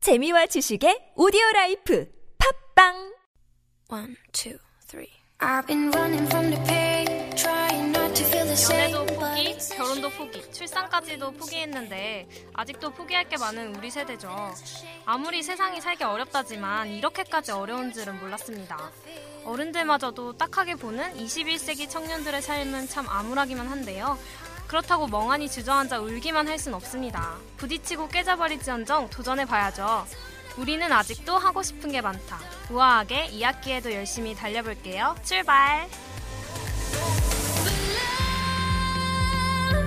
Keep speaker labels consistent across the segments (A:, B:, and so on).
A: 재미와 지식의 오디오 라이프 팝빵
B: One, two, three.
C: I've been running from the pain, trying not to feel the same.
B: 연애도
C: but
B: 포기,
C: it's such
B: 결혼도 포기, 출산까지도 포기했는데 아직도 포기할 게 많은 우리 세대죠. 아무리 세상이 살기 어렵다지만 이렇게까지 어려운 줄은 몰랐습니다. 어른들마저도 딱하게 보는 21세기 청년들의 삶은 참 암울하기만 한데요. 그렇다고 멍하니 주저앉아 울기만 할 순 없습니다. 부딪히고 깨져버릴지언정 도전해봐야죠. 우리는 아직도 하고 싶은 게 많다. 우아하게 이 학기에도 열심히 달려볼게요. 출발!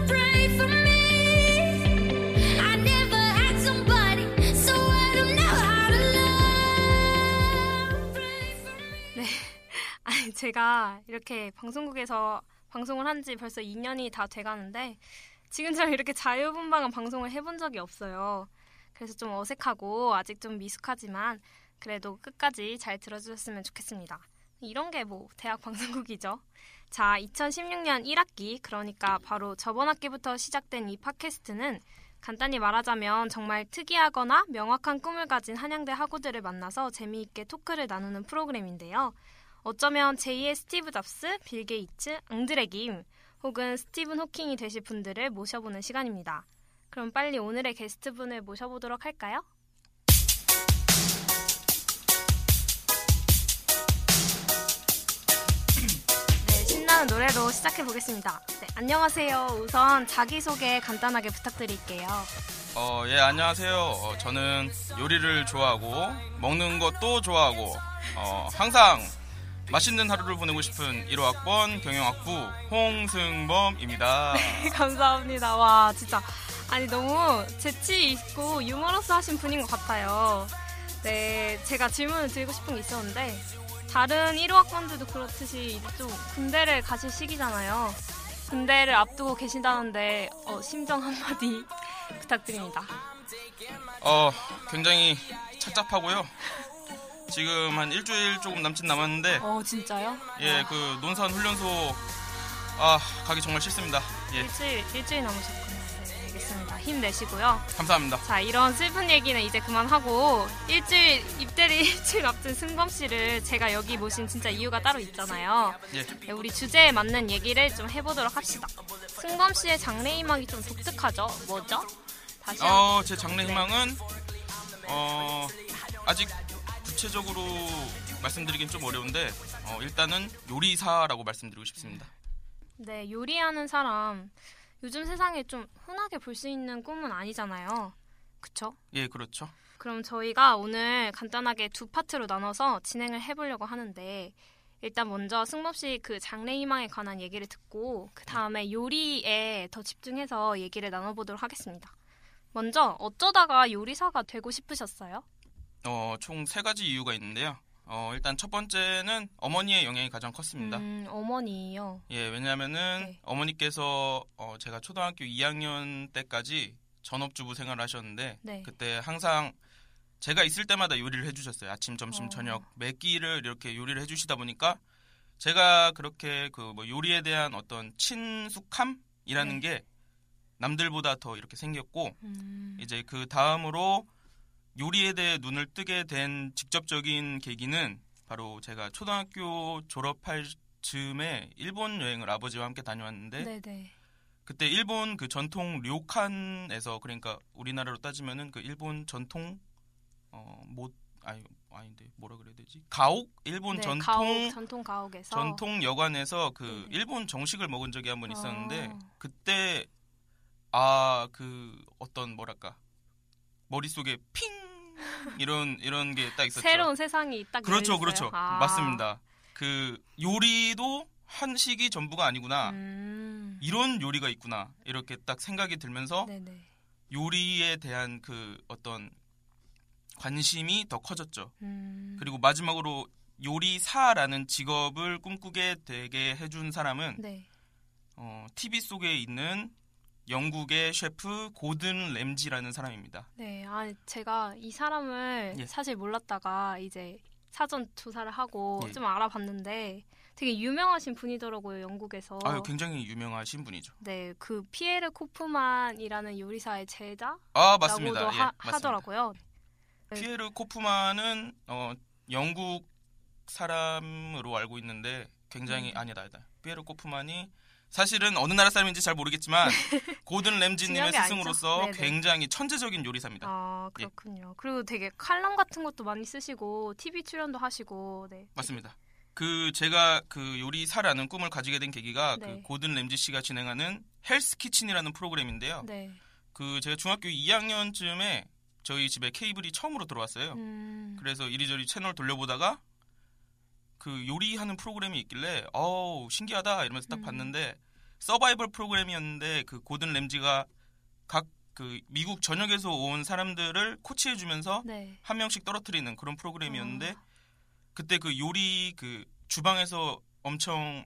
D: Pray for me. I never had somebody, so I don't know how to love. Pray for me.
B: 아니, 제가 이렇게 방송국에서 방송을 한 지 벌써 2년이 다 돼가는데 지금처럼 이렇게 자유분방한 방송을 해본 적이 없어요. 그래서 좀 어색하고 아직 좀 미숙하지만 그래도 끝까지 잘 들어주셨으면 좋겠습니다. 이런 게 뭐 대학 방송국이죠. 자, 2016년 1학기 그러니까 바로 저번 학기부터 시작된 이 팟캐스트는 간단히 말하자면 정말 특이하거나 명확한 꿈을 가진 한양대 학우들을 만나서 재미있게 토크를 나누는 프로그램인데요. 어쩌면 제2의 스티브 잡스, 빌 게이츠, 앙드레 김 혹은 스티븐 호킹이 되실 분들을 모셔보는 시간입니다. 그럼 빨리 오늘의 게스트분을 모셔보도록 할까요? 네, 신나는 노래로 시작해 보겠습니다. 네, 안녕하세요. 우선 자기소개 간단하게 부탁드릴게요.
E: 어, 예, 안녕하세요. 어, 저는 요리를 좋아하고, 먹는 것도 좋아하고, 어, 항상 맛있는 하루를 보내고 싶은 1호학번 경영학부 홍승범입니다.
B: 감사합니다. 와, 진짜. 아니, 너무 재치 있고 유머러스 하신 분인 것 같아요. 네, 제가 질문을 드리고 싶은 게 있었는데, 다른 1호 학번들도 그렇듯이 이제 좀 군대를 가실 시기잖아요. 군대를 앞두고 계신다는데, 어, 심정 한마디 부탁드립니다.
E: 어, 굉장히 착잡하고요. 지금 한 일주일 조금 남짓 남았는데,
B: 어, 진짜요?
E: 예, 그 논산 훈련소, 아, 가기 정말 싫습니다. 예,
B: 일주일, 일주일 남으셨군요. 네, 알겠습니다. 힘내시고요.
E: 감사합니다.
B: 자, 이런 슬픈 얘기는 이제 그만하고 일주일 입대를 일주일 앞둔 승범 씨를 제가 여기 모신 진짜 이유가 따로 있잖아요.
E: 예,
B: 네, 우리 주제에 맞는 얘기를 좀 해보도록 합시다. 승범 씨의 장래 희망이 좀 독특하죠? 뭐죠? 다시 한
E: 어, 제 장래 희망은, 어, 아직 구체적으로 말씀드리긴 좀 어려운데, 어, 일단은 요리사라고 말씀드리고 싶습니다.
B: 네, 요리하는 사람 요즘 세상에 좀 흔하게 볼 수 있는 꿈은 아니잖아요. 그쵸?
E: 예, 그렇죠.
B: 그럼 저희가 오늘 간단하게 두 파트로 나눠서 진행을 해보려고 하는데 일단 먼저 승범 씨 그 장래 희망에 관한 얘기를 듣고 그 다음에 요리에 더 집중해서 얘기를 나눠보도록 하겠습니다. 먼저 어쩌다가 요리사가 되고 싶으셨어요?
E: 어, 총 세 가지 이유가 있는데요. 어, 일단 첫 번째는 어머니의 영향이 가장 컸습니다.
B: 음, 어머니요.
E: 예, 왜냐하면은
B: 네.
E: 어머니께서 어, 제가 초등학교 2학년 때까지 전업주부 생활을 하셨는데
B: 네.
E: 그때 항상 제가 있을 때마다 요리를 해주셨어요. 아침, 점심,
B: 어.
E: 저녁 매 끼를 이렇게 요리를 해주시다 보니까 제가 그렇게 그 뭐 요리에 대한 어떤 친숙함이라는 게 남들보다 더 이렇게 생겼고
B: 네. 음,
E: 이제 그 다음으로 요리에 대해 눈을 뜨게 된 직접적인 계기는 바로 제가 초등학교 졸업할 즈음에 일본 여행을 아버지와 함께 다녀왔는데
B: 네네.
E: 그때 일본 그 전통 료칸에서 그러니까 우리나라로 따지면은 그 일본 전통 어못 아니 아닌데 뭐라 그래야 되지 가옥 일본
B: 네,
E: 전통
B: 가옥, 전통 가옥에서
E: 전통 여관에서 그
B: 네네.
E: 일본 정식을 먹은 적이 한 번 있었는데
B: 아.
E: 그때 아 그 어떤 뭐랄까 머릿속에 핑 이런 이런 게 딱 있었죠.
B: 새로운 세상이 딱
E: 그렇죠.
B: 열려있어요?
E: 그렇죠.
B: 아.
E: 맞습니다. 그 요리도 한식이 전부가 아니구나.
B: 음,
E: 이런 요리가 있구나. 이렇게 딱 생각이 들면서
B: 네네.
E: 요리에 대한 그 어떤 관심이 더 커졌죠.
B: 음,
E: 그리고 마지막으로 요리사라는 직업을 꿈꾸게 되게 해준 사람은
B: 네.
E: 어, TV 속에 있는 영국의 셰프 고든 램지라는 사람입니다.
B: 네, 아 제가 이 사람을
E: 예.
B: 사실 몰랐다가 이제 사전 조사를 하고
E: 예.
B: 좀 알아봤는데 되게 유명하신 분이더라고요 영국에서.
E: 아유 그 굉장히 유명하신 분이죠.
B: 네, 그 피에르 코프만이라는 요리사의 제자라고도
E: 아 맞습니다. 예,
B: 하,
E: 맞습니다.
B: 더라고요 네.
E: 피에르 코프만은 어, 영국 사람으로 알고 있는데 굉장히
B: 음.
E: 아니다 아니다. 피에르 코프만이 사실은 어느 나라 사람인지 잘 모르겠지만 고든 램지님의
B: 중요한 게 아니죠.
E: 스승으로서
B: 네네.
E: 굉장히 천재적인 요리사입니다.
B: 아
E: 예.
B: 그렇군요. 그리고 되게 칼럼 같은 것도 많이 쓰시고 TV 출연도 하시고 네.
E: 맞습니다. 그 제가 그 요리사라는 꿈을 가지게 된 계기가
B: 네.
E: 그 고든 램지 씨가 진행하는 헬스 키친이라는 프로그램인데요.
B: 네.
E: 그 제가 중학교 2학년쯤에 저희 집에 케이블이 처음으로 들어왔어요.
B: 음.
E: 그래서 이리저리 채널 돌려보다가 그 요리하는 프로그램이 있길래 어우 신기하다 이러면서 딱
B: 음.
E: 봤는데 서바이벌 프로그램이었는데 그 고든 램지가 각 그 미국 전역에서 온 사람들을 코치해주면서
B: 네. 아.
E: 한 명씩 떨어뜨리는 그런 프로그램이었는데 그때 그 요리 그 주방에서 엄청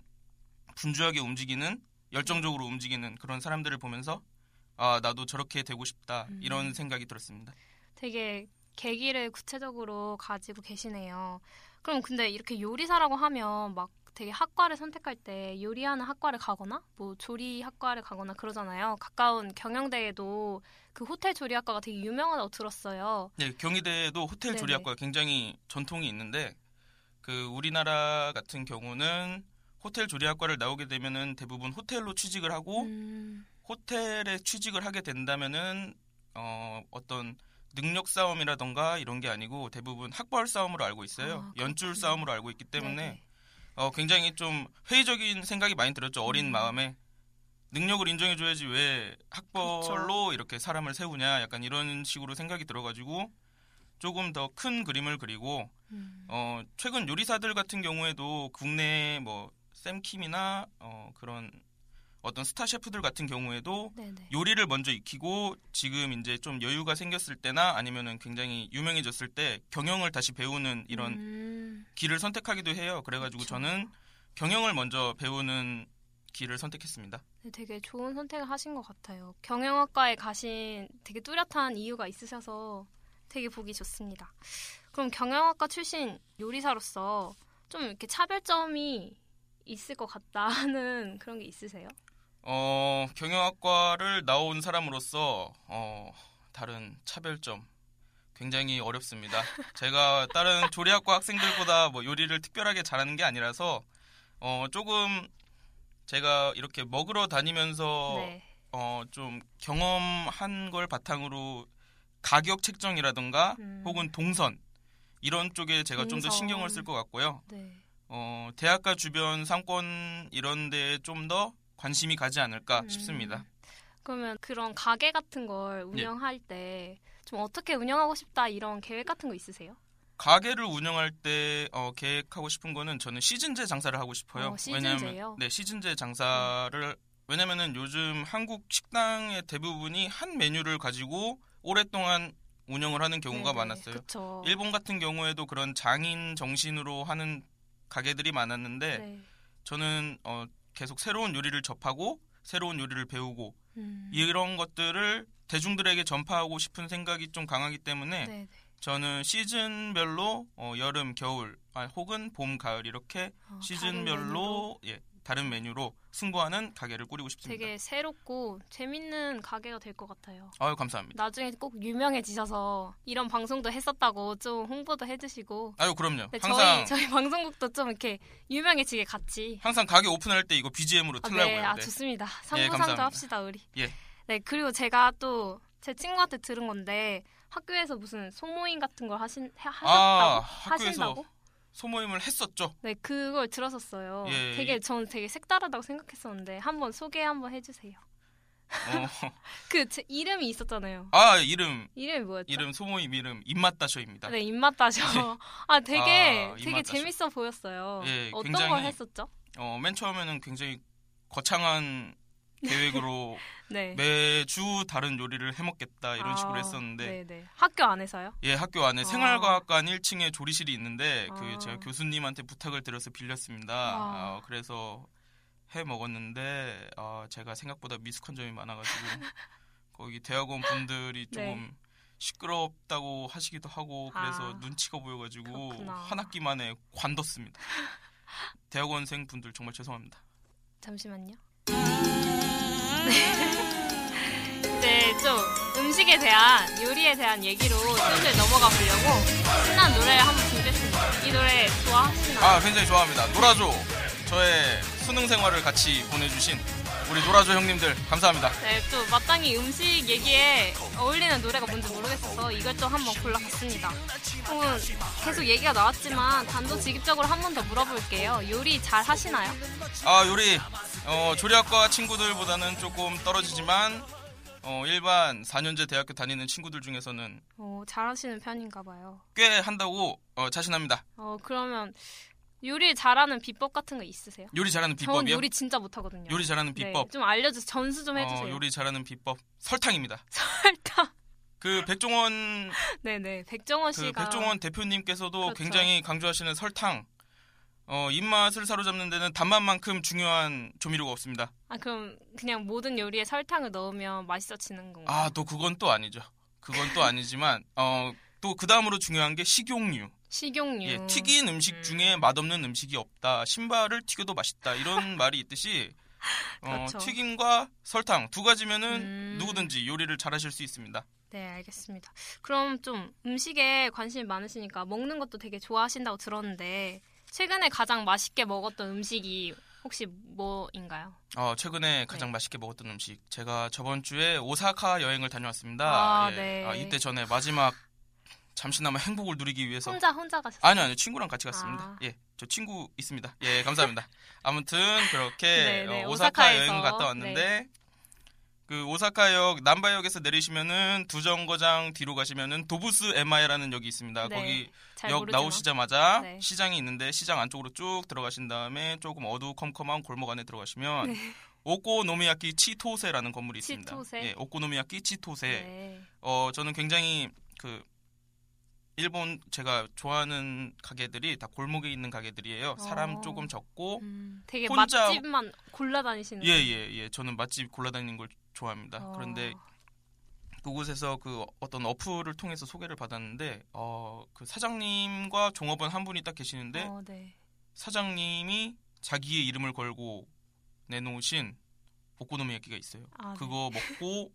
E: 분주하게 움직이는 열정적으로 움직이는 그런 사람들을 보면서 아 나도 저렇게 되고 싶다
B: 음.
E: 이런 생각이 들었습니다.
B: 되게 계기를 구체적으로 가지고 계시네요. 그럼 근데 이렇게 요리사라고 하면 막 되게 학과를 선택할 때 요리하는 학과를 가거나 뭐 조리 학과를 가거나 그러잖아요. 가까운 경영대에도 그 호텔 조리학과가 되게 유명하다고 들었어요.
E: 네, 경희대에도 호텔
B: 네네.
E: 조리학과 가 굉장히 전통이 있는데 그 우리나라 같은 경우는 호텔 조리학과를 나오게 되면은 대부분 호텔로 취직을 하고
B: 음,
E: 호텔에 취직을 하게 된다면은 어, 어떤 능력 싸움이라던가 이런 게 아니고 대부분 학벌 싸움으로 알고 있어요.
B: 아,
E: 연출
B: 그렇군요.
E: 싸움으로 알고 있기 때문에
B: 네네.
E: 어, 굉장히 좀 회의적인 생각이 많이 들었죠. 어린
B: 음.
E: 마음에 능력을 인정해 줘야지 왜 학벌로
B: 그렇죠.
E: 이렇게 사람을 세우냐 약간 이런 식으로 생각이 들어 가지고 조금 더 큰 그림을 그리고
B: 음.
E: 어, 최근 요리사들 같은 경우에도 국내 뭐 샘킴이나 어, 그런 어떤 스타 셰프들 같은 경우에도
B: 네네.
E: 요리를 먼저 익히고 지금 이제 좀 여유가 생겼을 때나 아니면은 굉장히 유명해졌을 때 경영을 다시 배우는 이런
B: 음,
E: 길을 선택하기도 해요. 그래가지고
B: 그쵸.
E: 저는 경영을 먼저 배우는 길을 선택했습니다.
B: 네, 되게 좋은 선택을 하신 것 같아요. 경영학과에 가신 되게 뚜렷한 이유가 있으셔서 되게 보기 좋습니다. 그럼 경영학과 출신 요리사로서 좀 이렇게 차별점이 있을 것 같다는 그런 게 있으세요?
E: 어, 경영학과를 나온 사람으로서 어, 다른 차별점 굉장히 어렵습니다. 제가 다른 조리학과 학생들보다 뭐 요리를 특별하게 잘하는 게 아니라서 어, 조금 제가 이렇게 먹으러 다니면서
B: 네.
E: 어, 좀 경험한 걸 바탕으로 가격 책정이라든가
B: 음.
E: 혹은 동선 이런 쪽에 제가 좀 더
B: 동선.
E: 신경을 쓸 것 같고요.
B: 네.
E: 어, 대학가 주변 상권 이런 데에 좀 더 관심이 가지 않을까
B: 음.
E: 아, 싶습니다. 예.
B: 그러면 그런 가게 같은 걸 운영할 때 좀 어떻게 운영하고 싶다 이런 계획 같은 거 있으세요?
E: 가게를 운영할 때 어, 계획하고 싶은 거는 저는 시즌제 장사를 하고 싶어요.
B: 어, 시즌제요?
E: 왜냐면 네, 시즌제 장사를 왜냐면은 요즘 한국 식당의 대부분이 한 메뉴를 가지고 오랫동안 운영을 하는 경우가 많았어요.
B: 그렇죠.
E: 일본 같은 경우에도 그런 장인 정신으로 하는 가게들이 많았는데
B: 네.
E: 저는 어, 계속 새로운 요리를 접하고 새로운 요리를 배우고
B: 음.
E: 이런 것들을 대중들에게 전파하고 싶은 생각이 좀 강하기 때문에
B: 네, 네.
E: 저는 시즌별로 어, 여름, 겨울, 아, 혹은 봄, 가을 이렇게
B: 어, 다른 메뉴로.
E: 시즌별로 예, 다른 메뉴로 승부하는 가게를 꾸리고 싶습니다.
B: 되게 새롭고 재밌는 가게가 될 것 같아요.
E: 아유 감사합니다.
B: 나중에 꼭 유명해지셔서 이런 방송도 했었다고 좀 홍보도 해주시고
E: 아유 그럼요.
B: 네, 저희
E: 항상
B: 저희 방송국도 좀 이렇게 유명해지게 같이
E: 항상 가게 오픈할 때 이거 BGM으로
B: 아,
E: 틀라고요.
B: 네, 아
E: 네.
B: 좋습니다.
E: 예,
B: 상부상조
E: 감사합니다.
B: 합시다 우리.
E: 예.
B: 네 그리고 제가 또 제 친구한테 들은 건데 학교에서 무슨 소모임 같은 걸 하신 하- 하셨다고
E: 아, 학교에서.
B: 하신다고?
E: 소모임을 했었죠.
B: 네 그걸 들었었어요.
E: 예,
B: 되게
E: 이-
B: 저는 되게 색다르다고 생각했었는데 한번 소개 한번 해주세요.
E: 어,
B: 그 제 이름이 있었잖아요.
E: 아 이름
B: 이름이 뭐였죠?
E: 이름 소모임 이름 입맛다쇼입니다.
B: 네, 입맛 다셔. 아, 되게
E: 아,
B: 되게
E: 입맛 다셔.
B: 재밌어 보였어요.
E: 예,
B: 어떤
E: 굉장히-
B: 걸 했었죠?
E: 어, 맨 처음에는 굉장히 거창한 계획으로
B: 네.
E: 매주 다른 요리를 해먹겠다 이런 식으로
B: 아,
E: 했었는데
B: 네네. 학교 안에서요?
E: 예 학교 안에
B: 아.
E: 생활과학관 1층에 조리실이 있는데
B: 아.
E: 그 제가 교수님한테 부탁을 드려서 빌렸습니다.
B: 와.
E: 어, 그래서 해 먹었는데 아, 제가 생각보다 미숙한 점이 많아가지고 거기 대학원 분들이
B: 네.
E: 조금 시끄럽다고 하시기도 하고 그래서
B: 아,
E: 눈치가 보여가지고
B: 그렇구나.
E: 한 학기 만에 관뒀습니다. 대학원생 분들 정말 죄송합니다.
B: 잠시만요. 네. 이제 좀 음식에 음식에 대한 요리에 대한 얘기로 슬슬 넘어가 보려고 신난 노래를 한번 준비했습니다. 이 노래 좋아하시나요?
E: 아 굉장히 좋아합니다. 노라조 저의 수능 생활을 같이 보내주신 우리 노라조 형님들 감사합니다.
B: 네, 또 마땅히 음식 얘기에 어울리는 노래가 뭔지 모르겠어서 이걸 또 한번 골라봤습니다. 그럼 계속 얘기가 나왔지만 단도직입적으로 한 번 더 물어볼게요. 요리 잘 하시나요?
E: 아 요리 어, 조리학과 친구들보다는 조금 떨어지지만 어, 일반 4년제 대학교 다니는 친구들 중에서는
B: 어, 잘 하시는 편인가 봐요.
E: 꽤 한다고 어, 자신합니다.
B: 어, 그러면 요리 잘하는 비법 같은 거 있으세요?
E: 요리 잘하는
B: 저는
E: 비법이요?
B: 요리 진짜 못하거든요.
E: 요리 잘하는 비법.
B: 네, 좀 알려주세요. 전수 좀
E: 어,
B: 해주세요.
E: 요리 잘하는 비법 설탕입니다.
B: 설탕.
E: 그 백종원
B: 네네. 백종원
E: 그
B: 씨가.
E: 백종원 대표님께서도
B: 그렇죠.
E: 굉장히 강조하시는 설탕. 어, 입맛을 사로잡는 데는 단맛만큼 중요한 조미료가 없습니다.
B: 아, 그럼 그냥 모든 요리에 설탕을 넣으면 맛있어지는 건가요?
E: 아, 또 그건 또 아니죠. 그건 또 아니지만 어, 또 그다음으로 중요한 게 식용유.
B: 식용유.
E: 예, 튀긴 음식 중에 맛없는 음식이 없다. 신발을 튀겨도 맛있다. 이런 말이 있듯이 어,
B: 그렇죠.
E: 튀김과 설탕 두 가지면은
B: 음.
E: 누구든지 요리를 잘하실 수 있습니다.
B: 네, 알겠습니다. 그럼 좀 음식에 관심이 많으시니까 먹는 것도 되게 좋아하신다고 들었는데 최근에 가장 맛있게 먹었던 음식이 혹시 뭐인가요?
E: 어,
B: 네.
E: 최근에 가장 맛있게 먹었던 음식. 제가 저번 주에 오사카 여행을 다녀왔습니다.
B: 아, 네.
E: 아, 이때 전에 마지막 잠시나마 행복을 누리기 위해서
B: 혼자 혼자 가셨어요?
E: 아니요, 아니요. 친구랑 같이 갔습니다.
B: 아.
E: 예. 저 친구 있습니다. 예, 감사합니다. 아무튼 그렇게
B: 네, 네,
E: 어, 오사카
B: 오사카에서. 네.
E: 여행을 갔다 왔는데 그 오사카역 남바역에서 내리시면은 두 정거장 뒤로 가시면은 도부스 에마에라는 역이 있습니다.
B: 네,
E: 거기
B: 잘
E: 역
B: 모르지만.
E: 나오시자마자
B: 네.
E: 시장이 있는데 시장 안쪽으로 쭉 들어가신 다음에 조금 어두컴컴한 골목 안에 들어가시면 오코노미야키 치토세라는 건물이
B: 네.
E: 있습니다.
B: 치토세?
E: 예, 오코노미야키 치토세.
B: 네.
E: 어 저는 굉장히 그 일본 제가 좋아하는 가게들이 다 골목에 있는 가게들이에요. 사람
B: 어.
E: 조금 적고
B: 음, 되게
E: 혼자-
B: 맛집만 골라 다니시는.
E: 예 예 예 저는 맛집 골라다니는 걸 좋아합니다.
B: 어.
E: 그런데 그곳에서 그 어떤 어플을 통해서 소개를 받았는데 어 그 사장님과 종업원 한 분이 딱 계시는데
B: 어, 네.
E: 사장님이 자기의 이름을 걸고 내놓으신 오코노미야끼가 있어요.
B: 아, 네.
E: 그거 먹고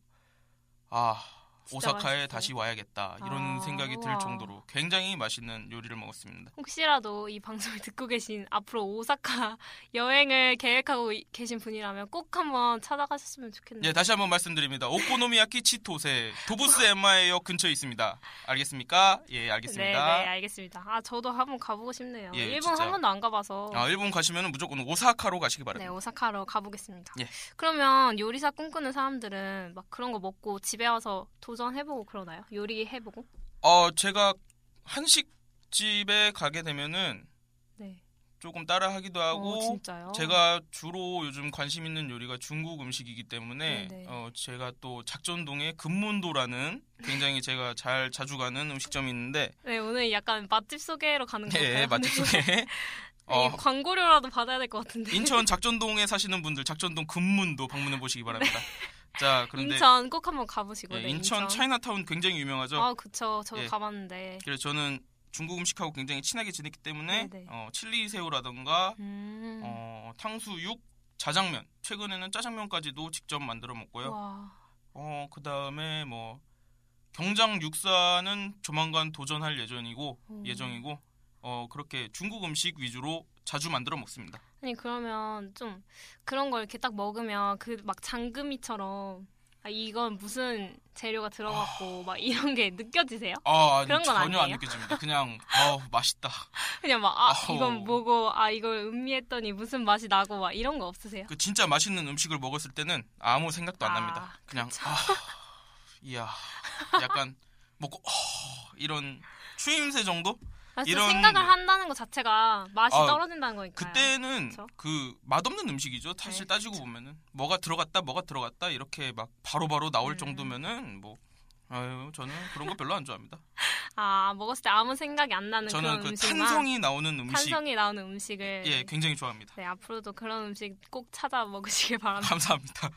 E: 아
B: 진짜
E: 오사카에
B: 맛있어요.
E: 다시 와야겠다 이런
B: 아,
E: 생각이 들
B: 우와.
E: 정도로 굉장히 맛있는 요리를 먹었습니다.
B: 혹시라도 이 방송을 듣고 계신 앞으로 오사카 여행을 계획하고 이- 계신 분이라면 꼭 한번 찾아가셨으면 좋겠네요.
E: 예 다시 한번 말씀드립니다. 오코노미야키 치토세 도부스 엠마에역 근처에 있습니다. 알겠습니까? 예
B: 네, 네,
E: 알겠습니다.
B: 알겠습니다. 아, 저도 한번 가보고 싶네요.
E: 예,
B: 일본
E: 진짜.
B: 한 번도 안 가봐서.
E: 아 일본 가시면 무조건 오사카로 가시기
B: 네,
E: 바랍니다.
B: 오사카로 가보겠습니다.
E: 예.
B: 그러면 요리사 꿈꾸는 사람들은 막 그런 거 먹고 집에 와서 도전해보고 그러나요? 요리해보고?
E: 어 제가 한식집에 가게 되면은
B: 네.
E: 조금 따라하기도 하고
B: 어, 진짜요?
E: 제가 주로 요즘 관심 있는 요리가 중국 음식이기 때문에
B: 네네.
E: 어, 제가 또 작전동의 금문도라는 굉장히 제가 잘 자주 가는 음식점이 있는데
B: 네, 오늘 약간 맛집 소개로 가는 거예요. 네.
E: 예, 맛집 소개. 어,
B: 광고료라도 받아야 될 것 같은데.
E: 인천 작전동에 사시는 분들 작전동 금문도 방문해 보시기 바랍니다. 자, 그런데
B: 인천 꼭 한번 가보시고.
E: 예,
B: 네,
E: 인천, 차이나타운 굉장히 유명하죠.
B: 아, 그쵸. 저도
E: 예.
B: 가봤는데.
E: 그래서 저는 중국 음식하고 굉장히 친하게 지냈기 때문에
B: 네네.
E: 어, 칠리 새우라던가
B: 음.
E: 어, 탕수육, 자장면. 최근에는 짜장면까지도 직접 만들어 먹고요.
B: 와.
E: 어, 그 다음에 뭐 경장 육사는 조만간 도전할 예정이고
B: 오.
E: 예정이고 어 그렇게 중국 음식 위주로 자주 만들어 먹습니다.
B: 아니 그러면 좀 그런 걸 이렇게 딱 먹으면 그 막 장금이처럼 아, 이건 무슨 재료가 들어갔고 막 이런 게 느껴지세요?
E: 아, 아니,
B: 그런 건
E: 전혀 안
B: 아니에요?
E: 느껴집니다. 그냥 어 맛있다.
B: 그냥 막 아
E: 아우.
B: 이건 뭐고 아 이걸 음미했더니 무슨 맛이 나고 막 이런 거 없으세요?
E: 그 진짜 맛있는 음식을 먹었을 때는 아무 생각도 안
B: 아,
E: 납니다. 그냥 아 이야 약간 먹고 어, 이런 추임새 정도?
B: 아, 진짜
E: 이런-
B: 생각을 한다는 것 자체가 맛이
E: 아,
B: 떨어진다는 거니까요.
E: 그때는
B: 아, 그쵸?
E: 그 맛없는 음식이죠. 사실
B: 네,
E: 따지고 보면은 뭐가 들어갔다, 뭐가 들어갔다 이렇게 막 바로바로 나올
B: 음.
E: 정도면은 뭐 아유 저는 그런 거 별로 안 좋아합니다.
B: 아 먹었을 때 아무 생각이 안 나는
E: 저는
B: 그런
E: 그
B: 음식만
E: 탄성이 나오는 음식
B: 탄성이 나오는 음식을
E: 예 굉장히 좋아합니다.
B: 네 앞으로도 그런 음식 꼭 찾아 먹으시길 바랍니다.
E: 감사합니다.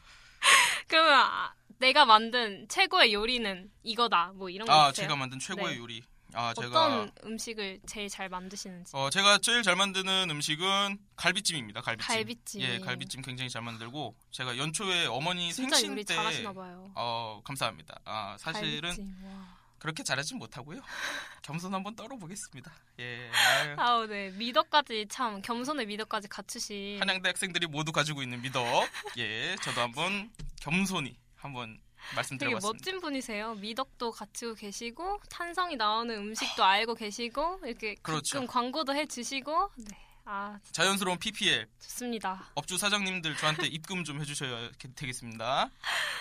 B: 그러면 아, 내가 만든 최고의 요리는 이거다 뭐 이런 거
E: 아
B: 있어요?
E: 제가 만든 최고의
B: 네.
E: 요리 아 제가
B: 어떤 음식을 제일 잘 만드시는지.
E: 어 제가 제일 잘 만드는 음식은 갈비찜입니다. 갈비찜.
B: 갈비찜.
E: 예, 갈비찜 굉장히 잘 만들고 제가 연초에 어머니
B: 진짜
E: 생신
B: 요리
E: 때
B: 잘하시나 봐요.
E: 어, 감사합니다. 아, 사실은
B: 갈비찜. 와.
E: 그렇게 잘하진 못하고요. 겸손 한번 떨어보겠습니다. 예. 아유.
B: 아우 네 미덕까지 참 겸손의 미덕까지 갖추신.
E: 한양대 학생들이 모두 가지고 있는 미덕. 예, 저도 한번 겸손히 한번
B: 되게
E: 말씀드려봤습니다.
B: 멋진 분이세요. 미덕도 갖추고 계시고 탄성이 나오는 음식도 알고 계시고 이렇게
E: 그렇죠.
B: 가끔 광고도 해주시고 네. 아
E: 자연스러운 PPL
B: 좋습니다.
E: 업주 사장님들 저한테 입금 좀 해주셔야 되겠습니다.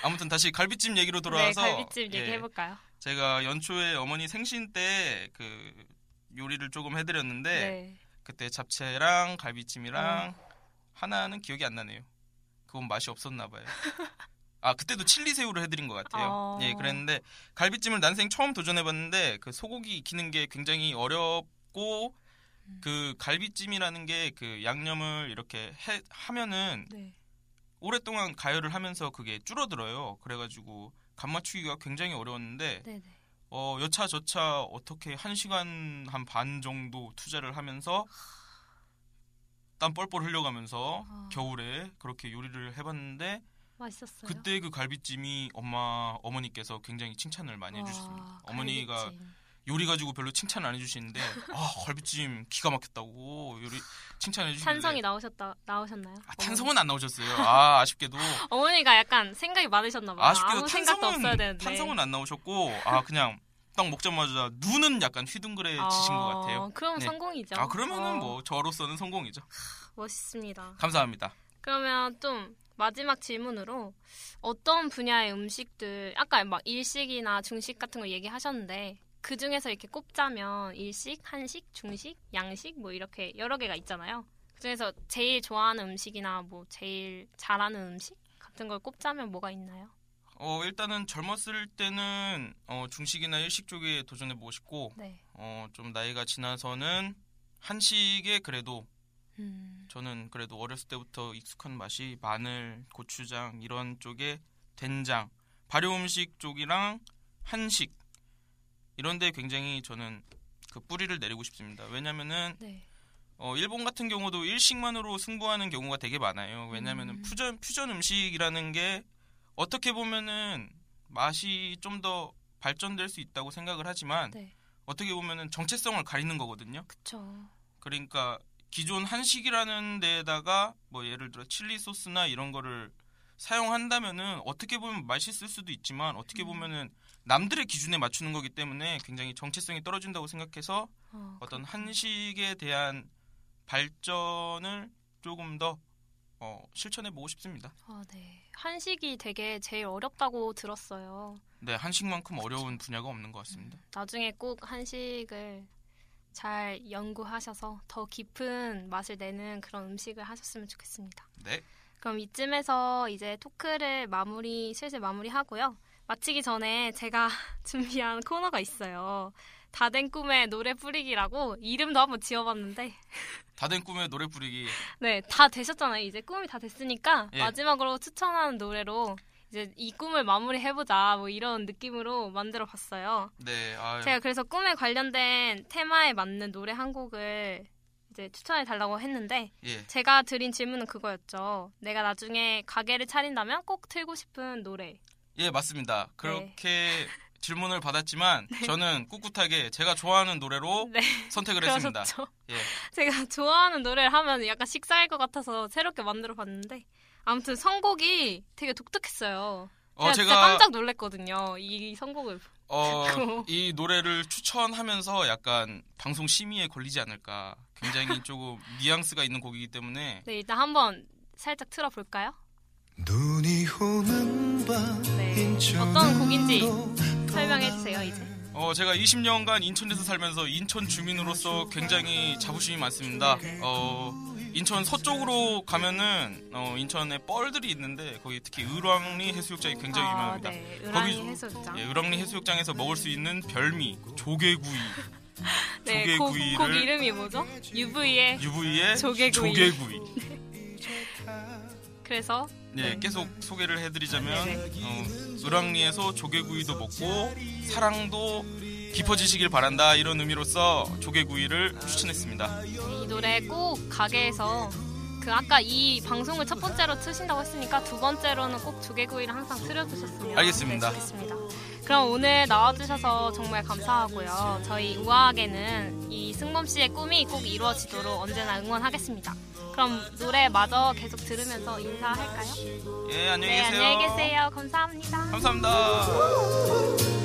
E: 아무튼 다시 갈비찜 얘기로 돌아와서
B: 네, 갈비찜
E: 예,
B: 얘기해볼까요?
E: 제가 연초에 어머니 생신 때 그 요리를 조금 해드렸는데
B: 네.
E: 그때 잡채랑 갈비찜이랑 하나는 기억이 안 나네요. 그건 맛이 없었나 봐요. 아 그때도 칠리 새우를 해드린 것 같아요.
B: 어.
E: 예, 그랬는데 갈비찜을 난생 처음 도전해봤는데 그 소고기 익히는 게 굉장히 어렵고 그 갈비찜이라는 게 그 양념을 이렇게 해, 하면은
B: 네.
E: 오랫동안 가열을 하면서 그게 줄어들어요. 그래가지고 간 맞추기가 굉장히 어려웠는데
B: 네. 네.
E: 어, 여차저차 어떻게 한 시간 한 반 정도 투자를 하면서 땀 뻘뻘 흘려가면서
B: 아.
E: 겨울에 그렇게 요리를 해봤는데
B: 맛있었어요.
E: 그때 그 갈비찜이 엄마 어머니께서 굉장히 칭찬을 많이
B: 와,
E: 해주셨습니다. 어머니가
B: 갈비찜.
E: 요리 가지고 별로 칭찬 안 해주시는데 아 갈비찜 기가 막혔다고 요리 칭찬해 주시길래
B: 탄성이 나오셨다 나오셨나요?
E: 아, 탄성은 안 나오셨어요. 아 아쉽게도
B: 어머니. 가 약간 생각이 많으셨나 봐요.
E: 아쉽게도
B: 아무 생각도 없어야
E: 탄성은
B: 되는데.
E: 탄성은 안 나오셨고 아 그냥 딱 먹자마자 눈은 약간 휘둥그레지신
B: 아,
E: 것 같아요.
B: 그럼
E: 네.
B: 성공이죠.
E: 아 그러면은
B: 어,
E: 뭐 저로서는 성공이죠.
B: 멋있습니다.
E: 감사합니다.
B: 그러면 좀 마지막 질문으로 어떤 분야의 음식들 아까 막 일식이나 중식 같은 거 얘기하셨는데 그 중에서 이렇게 꼽자면 일식, 한식, 중식, 양식 뭐 이렇게 여러 개가 있잖아요. 그 중에서 제일 좋아하는 음식이나 뭐 제일 잘하는 음식 같은 걸 꼽자면 뭐가 있나요?
E: 어 일단은 젊었을 때는 어, 중식이나 일식 쪽에 도전해 보고 싶고
B: 네.
E: 어 좀 나이가 지나서는 한식에 그래도
B: 음,
E: 저는 그래도 어렸을 때부터 익숙한 맛이 마늘, 고추장 이런 쪽에 된장, 발효 음식 쪽이랑 한식 이런데 굉장히 저는 그 뿌리를 내리고 싶습니다. 왜냐면은
B: 네.
E: 어, 일본 같은 경우도 일식만으로 승부하는 경우가 되게 많아요. 왜냐하면
B: 음.
E: 퓨전 퓨전 음식이라는 게 어떻게 보면은 맛이 좀 더 발전될 수 있다고 생각을 하지만
B: 네.
E: 어떻게 보면은 정체성을 가리는 거거든요.
B: 그쵸.
E: 그러니까 기존 한식이라는 데에다가 뭐 예를 들어 칠리 소스나 이런 거를 사용한다면은 어떻게 보면 맛있을 수도 있지만 어떻게
B: 음.
E: 보면은 남들의 기준에 맞추는 거기 때문에 굉장히 정체성이 떨어진다고 생각해서
B: 어,
E: 어떤
B: 그렇군요.
E: 한식에 대한 발전을 조금 더 어, 실천해 보고 싶습니다.
B: 아, 네. 한식이 되게 제일 어렵다고 들었어요.
E: 네, 한식만큼 어려운 분야가 없는 것 같습니다.
B: 나중에 꼭 한식을 잘 연구하셔서 더 깊은 맛을 내는 그런 음식을 하셨으면 좋겠습니다.
E: 네,
B: 그럼 이쯤에서 이제 토크를 마무리 슬슬 마무리하고요. 마치기 전에 제가 준비한 코너가 있어요. 다 된 꿈의 노래 뿌리기라고 이름도 한번 지어봤는데
E: 다 된 꿈의 노래 부르기.
B: 네, 다 되셨잖아요. 이제 꿈이 다 됐으니까
E: 예.
B: 마지막으로 추천하는 노래로 이제 이 꿈을 마무리해보자 뭐 이런 느낌으로 만들어 봤어요.
E: 네, 아유,
B: 제가 그래서 꿈에 관련된 테마에 맞는 노래 한 곡을 이제 추천해 달라고 했는데
E: 예,
B: 제가 드린 질문은 그거였죠. 내가 나중에 가게를 차린다면 꼭 틀고 싶은 노래.
E: 예, 맞습니다. 그렇게
B: 네.
E: 질문을 받았지만 저는 꿋꿋하게 제가 좋아하는 노래로
B: 네,
E: 선택을 했습니다.
B: 그러셨죠.
E: 예,
B: 제가 좋아하는 노래를 하면 약간 식사할 것 같아서 새롭게 만들어 봤는데 아무튼 선곡이 되게 독특했어요. 제가,
E: 어,
B: 진짜
E: 제가
B: 깜짝 놀랐거든요. 이 선곡을.
E: 어, 이 노래를 추천하면서 약간 방송 심의에 걸리지 않을까. 굉장히 조금 뉘앙스가 있는 곡이기 때문에
B: 네, 일단 한번 살짝 틀어 볼까요?
F: 눈이 오는 밤
B: 네.
F: 인천으로
B: 어떤 곡인지 설명해 주세요, 이제.
E: 어, 제가 20년간 인천에서 살면서 인천 주민으로서 굉장히 자부심이 많습니다. 어, 인천 서쪽으로 가면은 어, 인천에 뻘들이 있는데 거기 특히 을왕리 해수욕장이 굉장히 유명합니다.
B: 아, 네. 을왕리
E: 거기-
B: 해수욕장.
E: 예, 을왕리 해수욕장에서 먹을 수 있는 별미 조개구이
B: 네, 곡,
E: 조개구이를-
B: 곡 이름이 뭐죠? UV의
E: UV의
B: 조개구이.
E: 조개구이.
B: 그래서
E: 예,
B: 네.
E: 계속 소개를 해드리자면 어, 을왕리에서 조개구이도 먹고 사랑도 깊어지시길 바란다 이런 의미로서 조개구이를 추천했습니다.
B: 이 노래 꼭 가게에서 그 아까 이 방송을 첫 번째로 트신다고 했으니까 두 번째로는 꼭 조개구이를 항상 틀어주셨으면
E: 알겠습니다.
B: 좋겠습니다. 그럼 오늘 나와주셔서 정말 감사하고요. 저희 우아하게는 이 승범 씨의 꿈이 꼭 이루어지도록 언제나 응원하겠습니다. 그럼 노래 마저 계속 들으면서 인사할까요?
E: 예 안녕히
B: 네,
E: 계세요.
B: 안녕히 계세요. 감사합니다.
E: 감사합니다.
D: Ooh,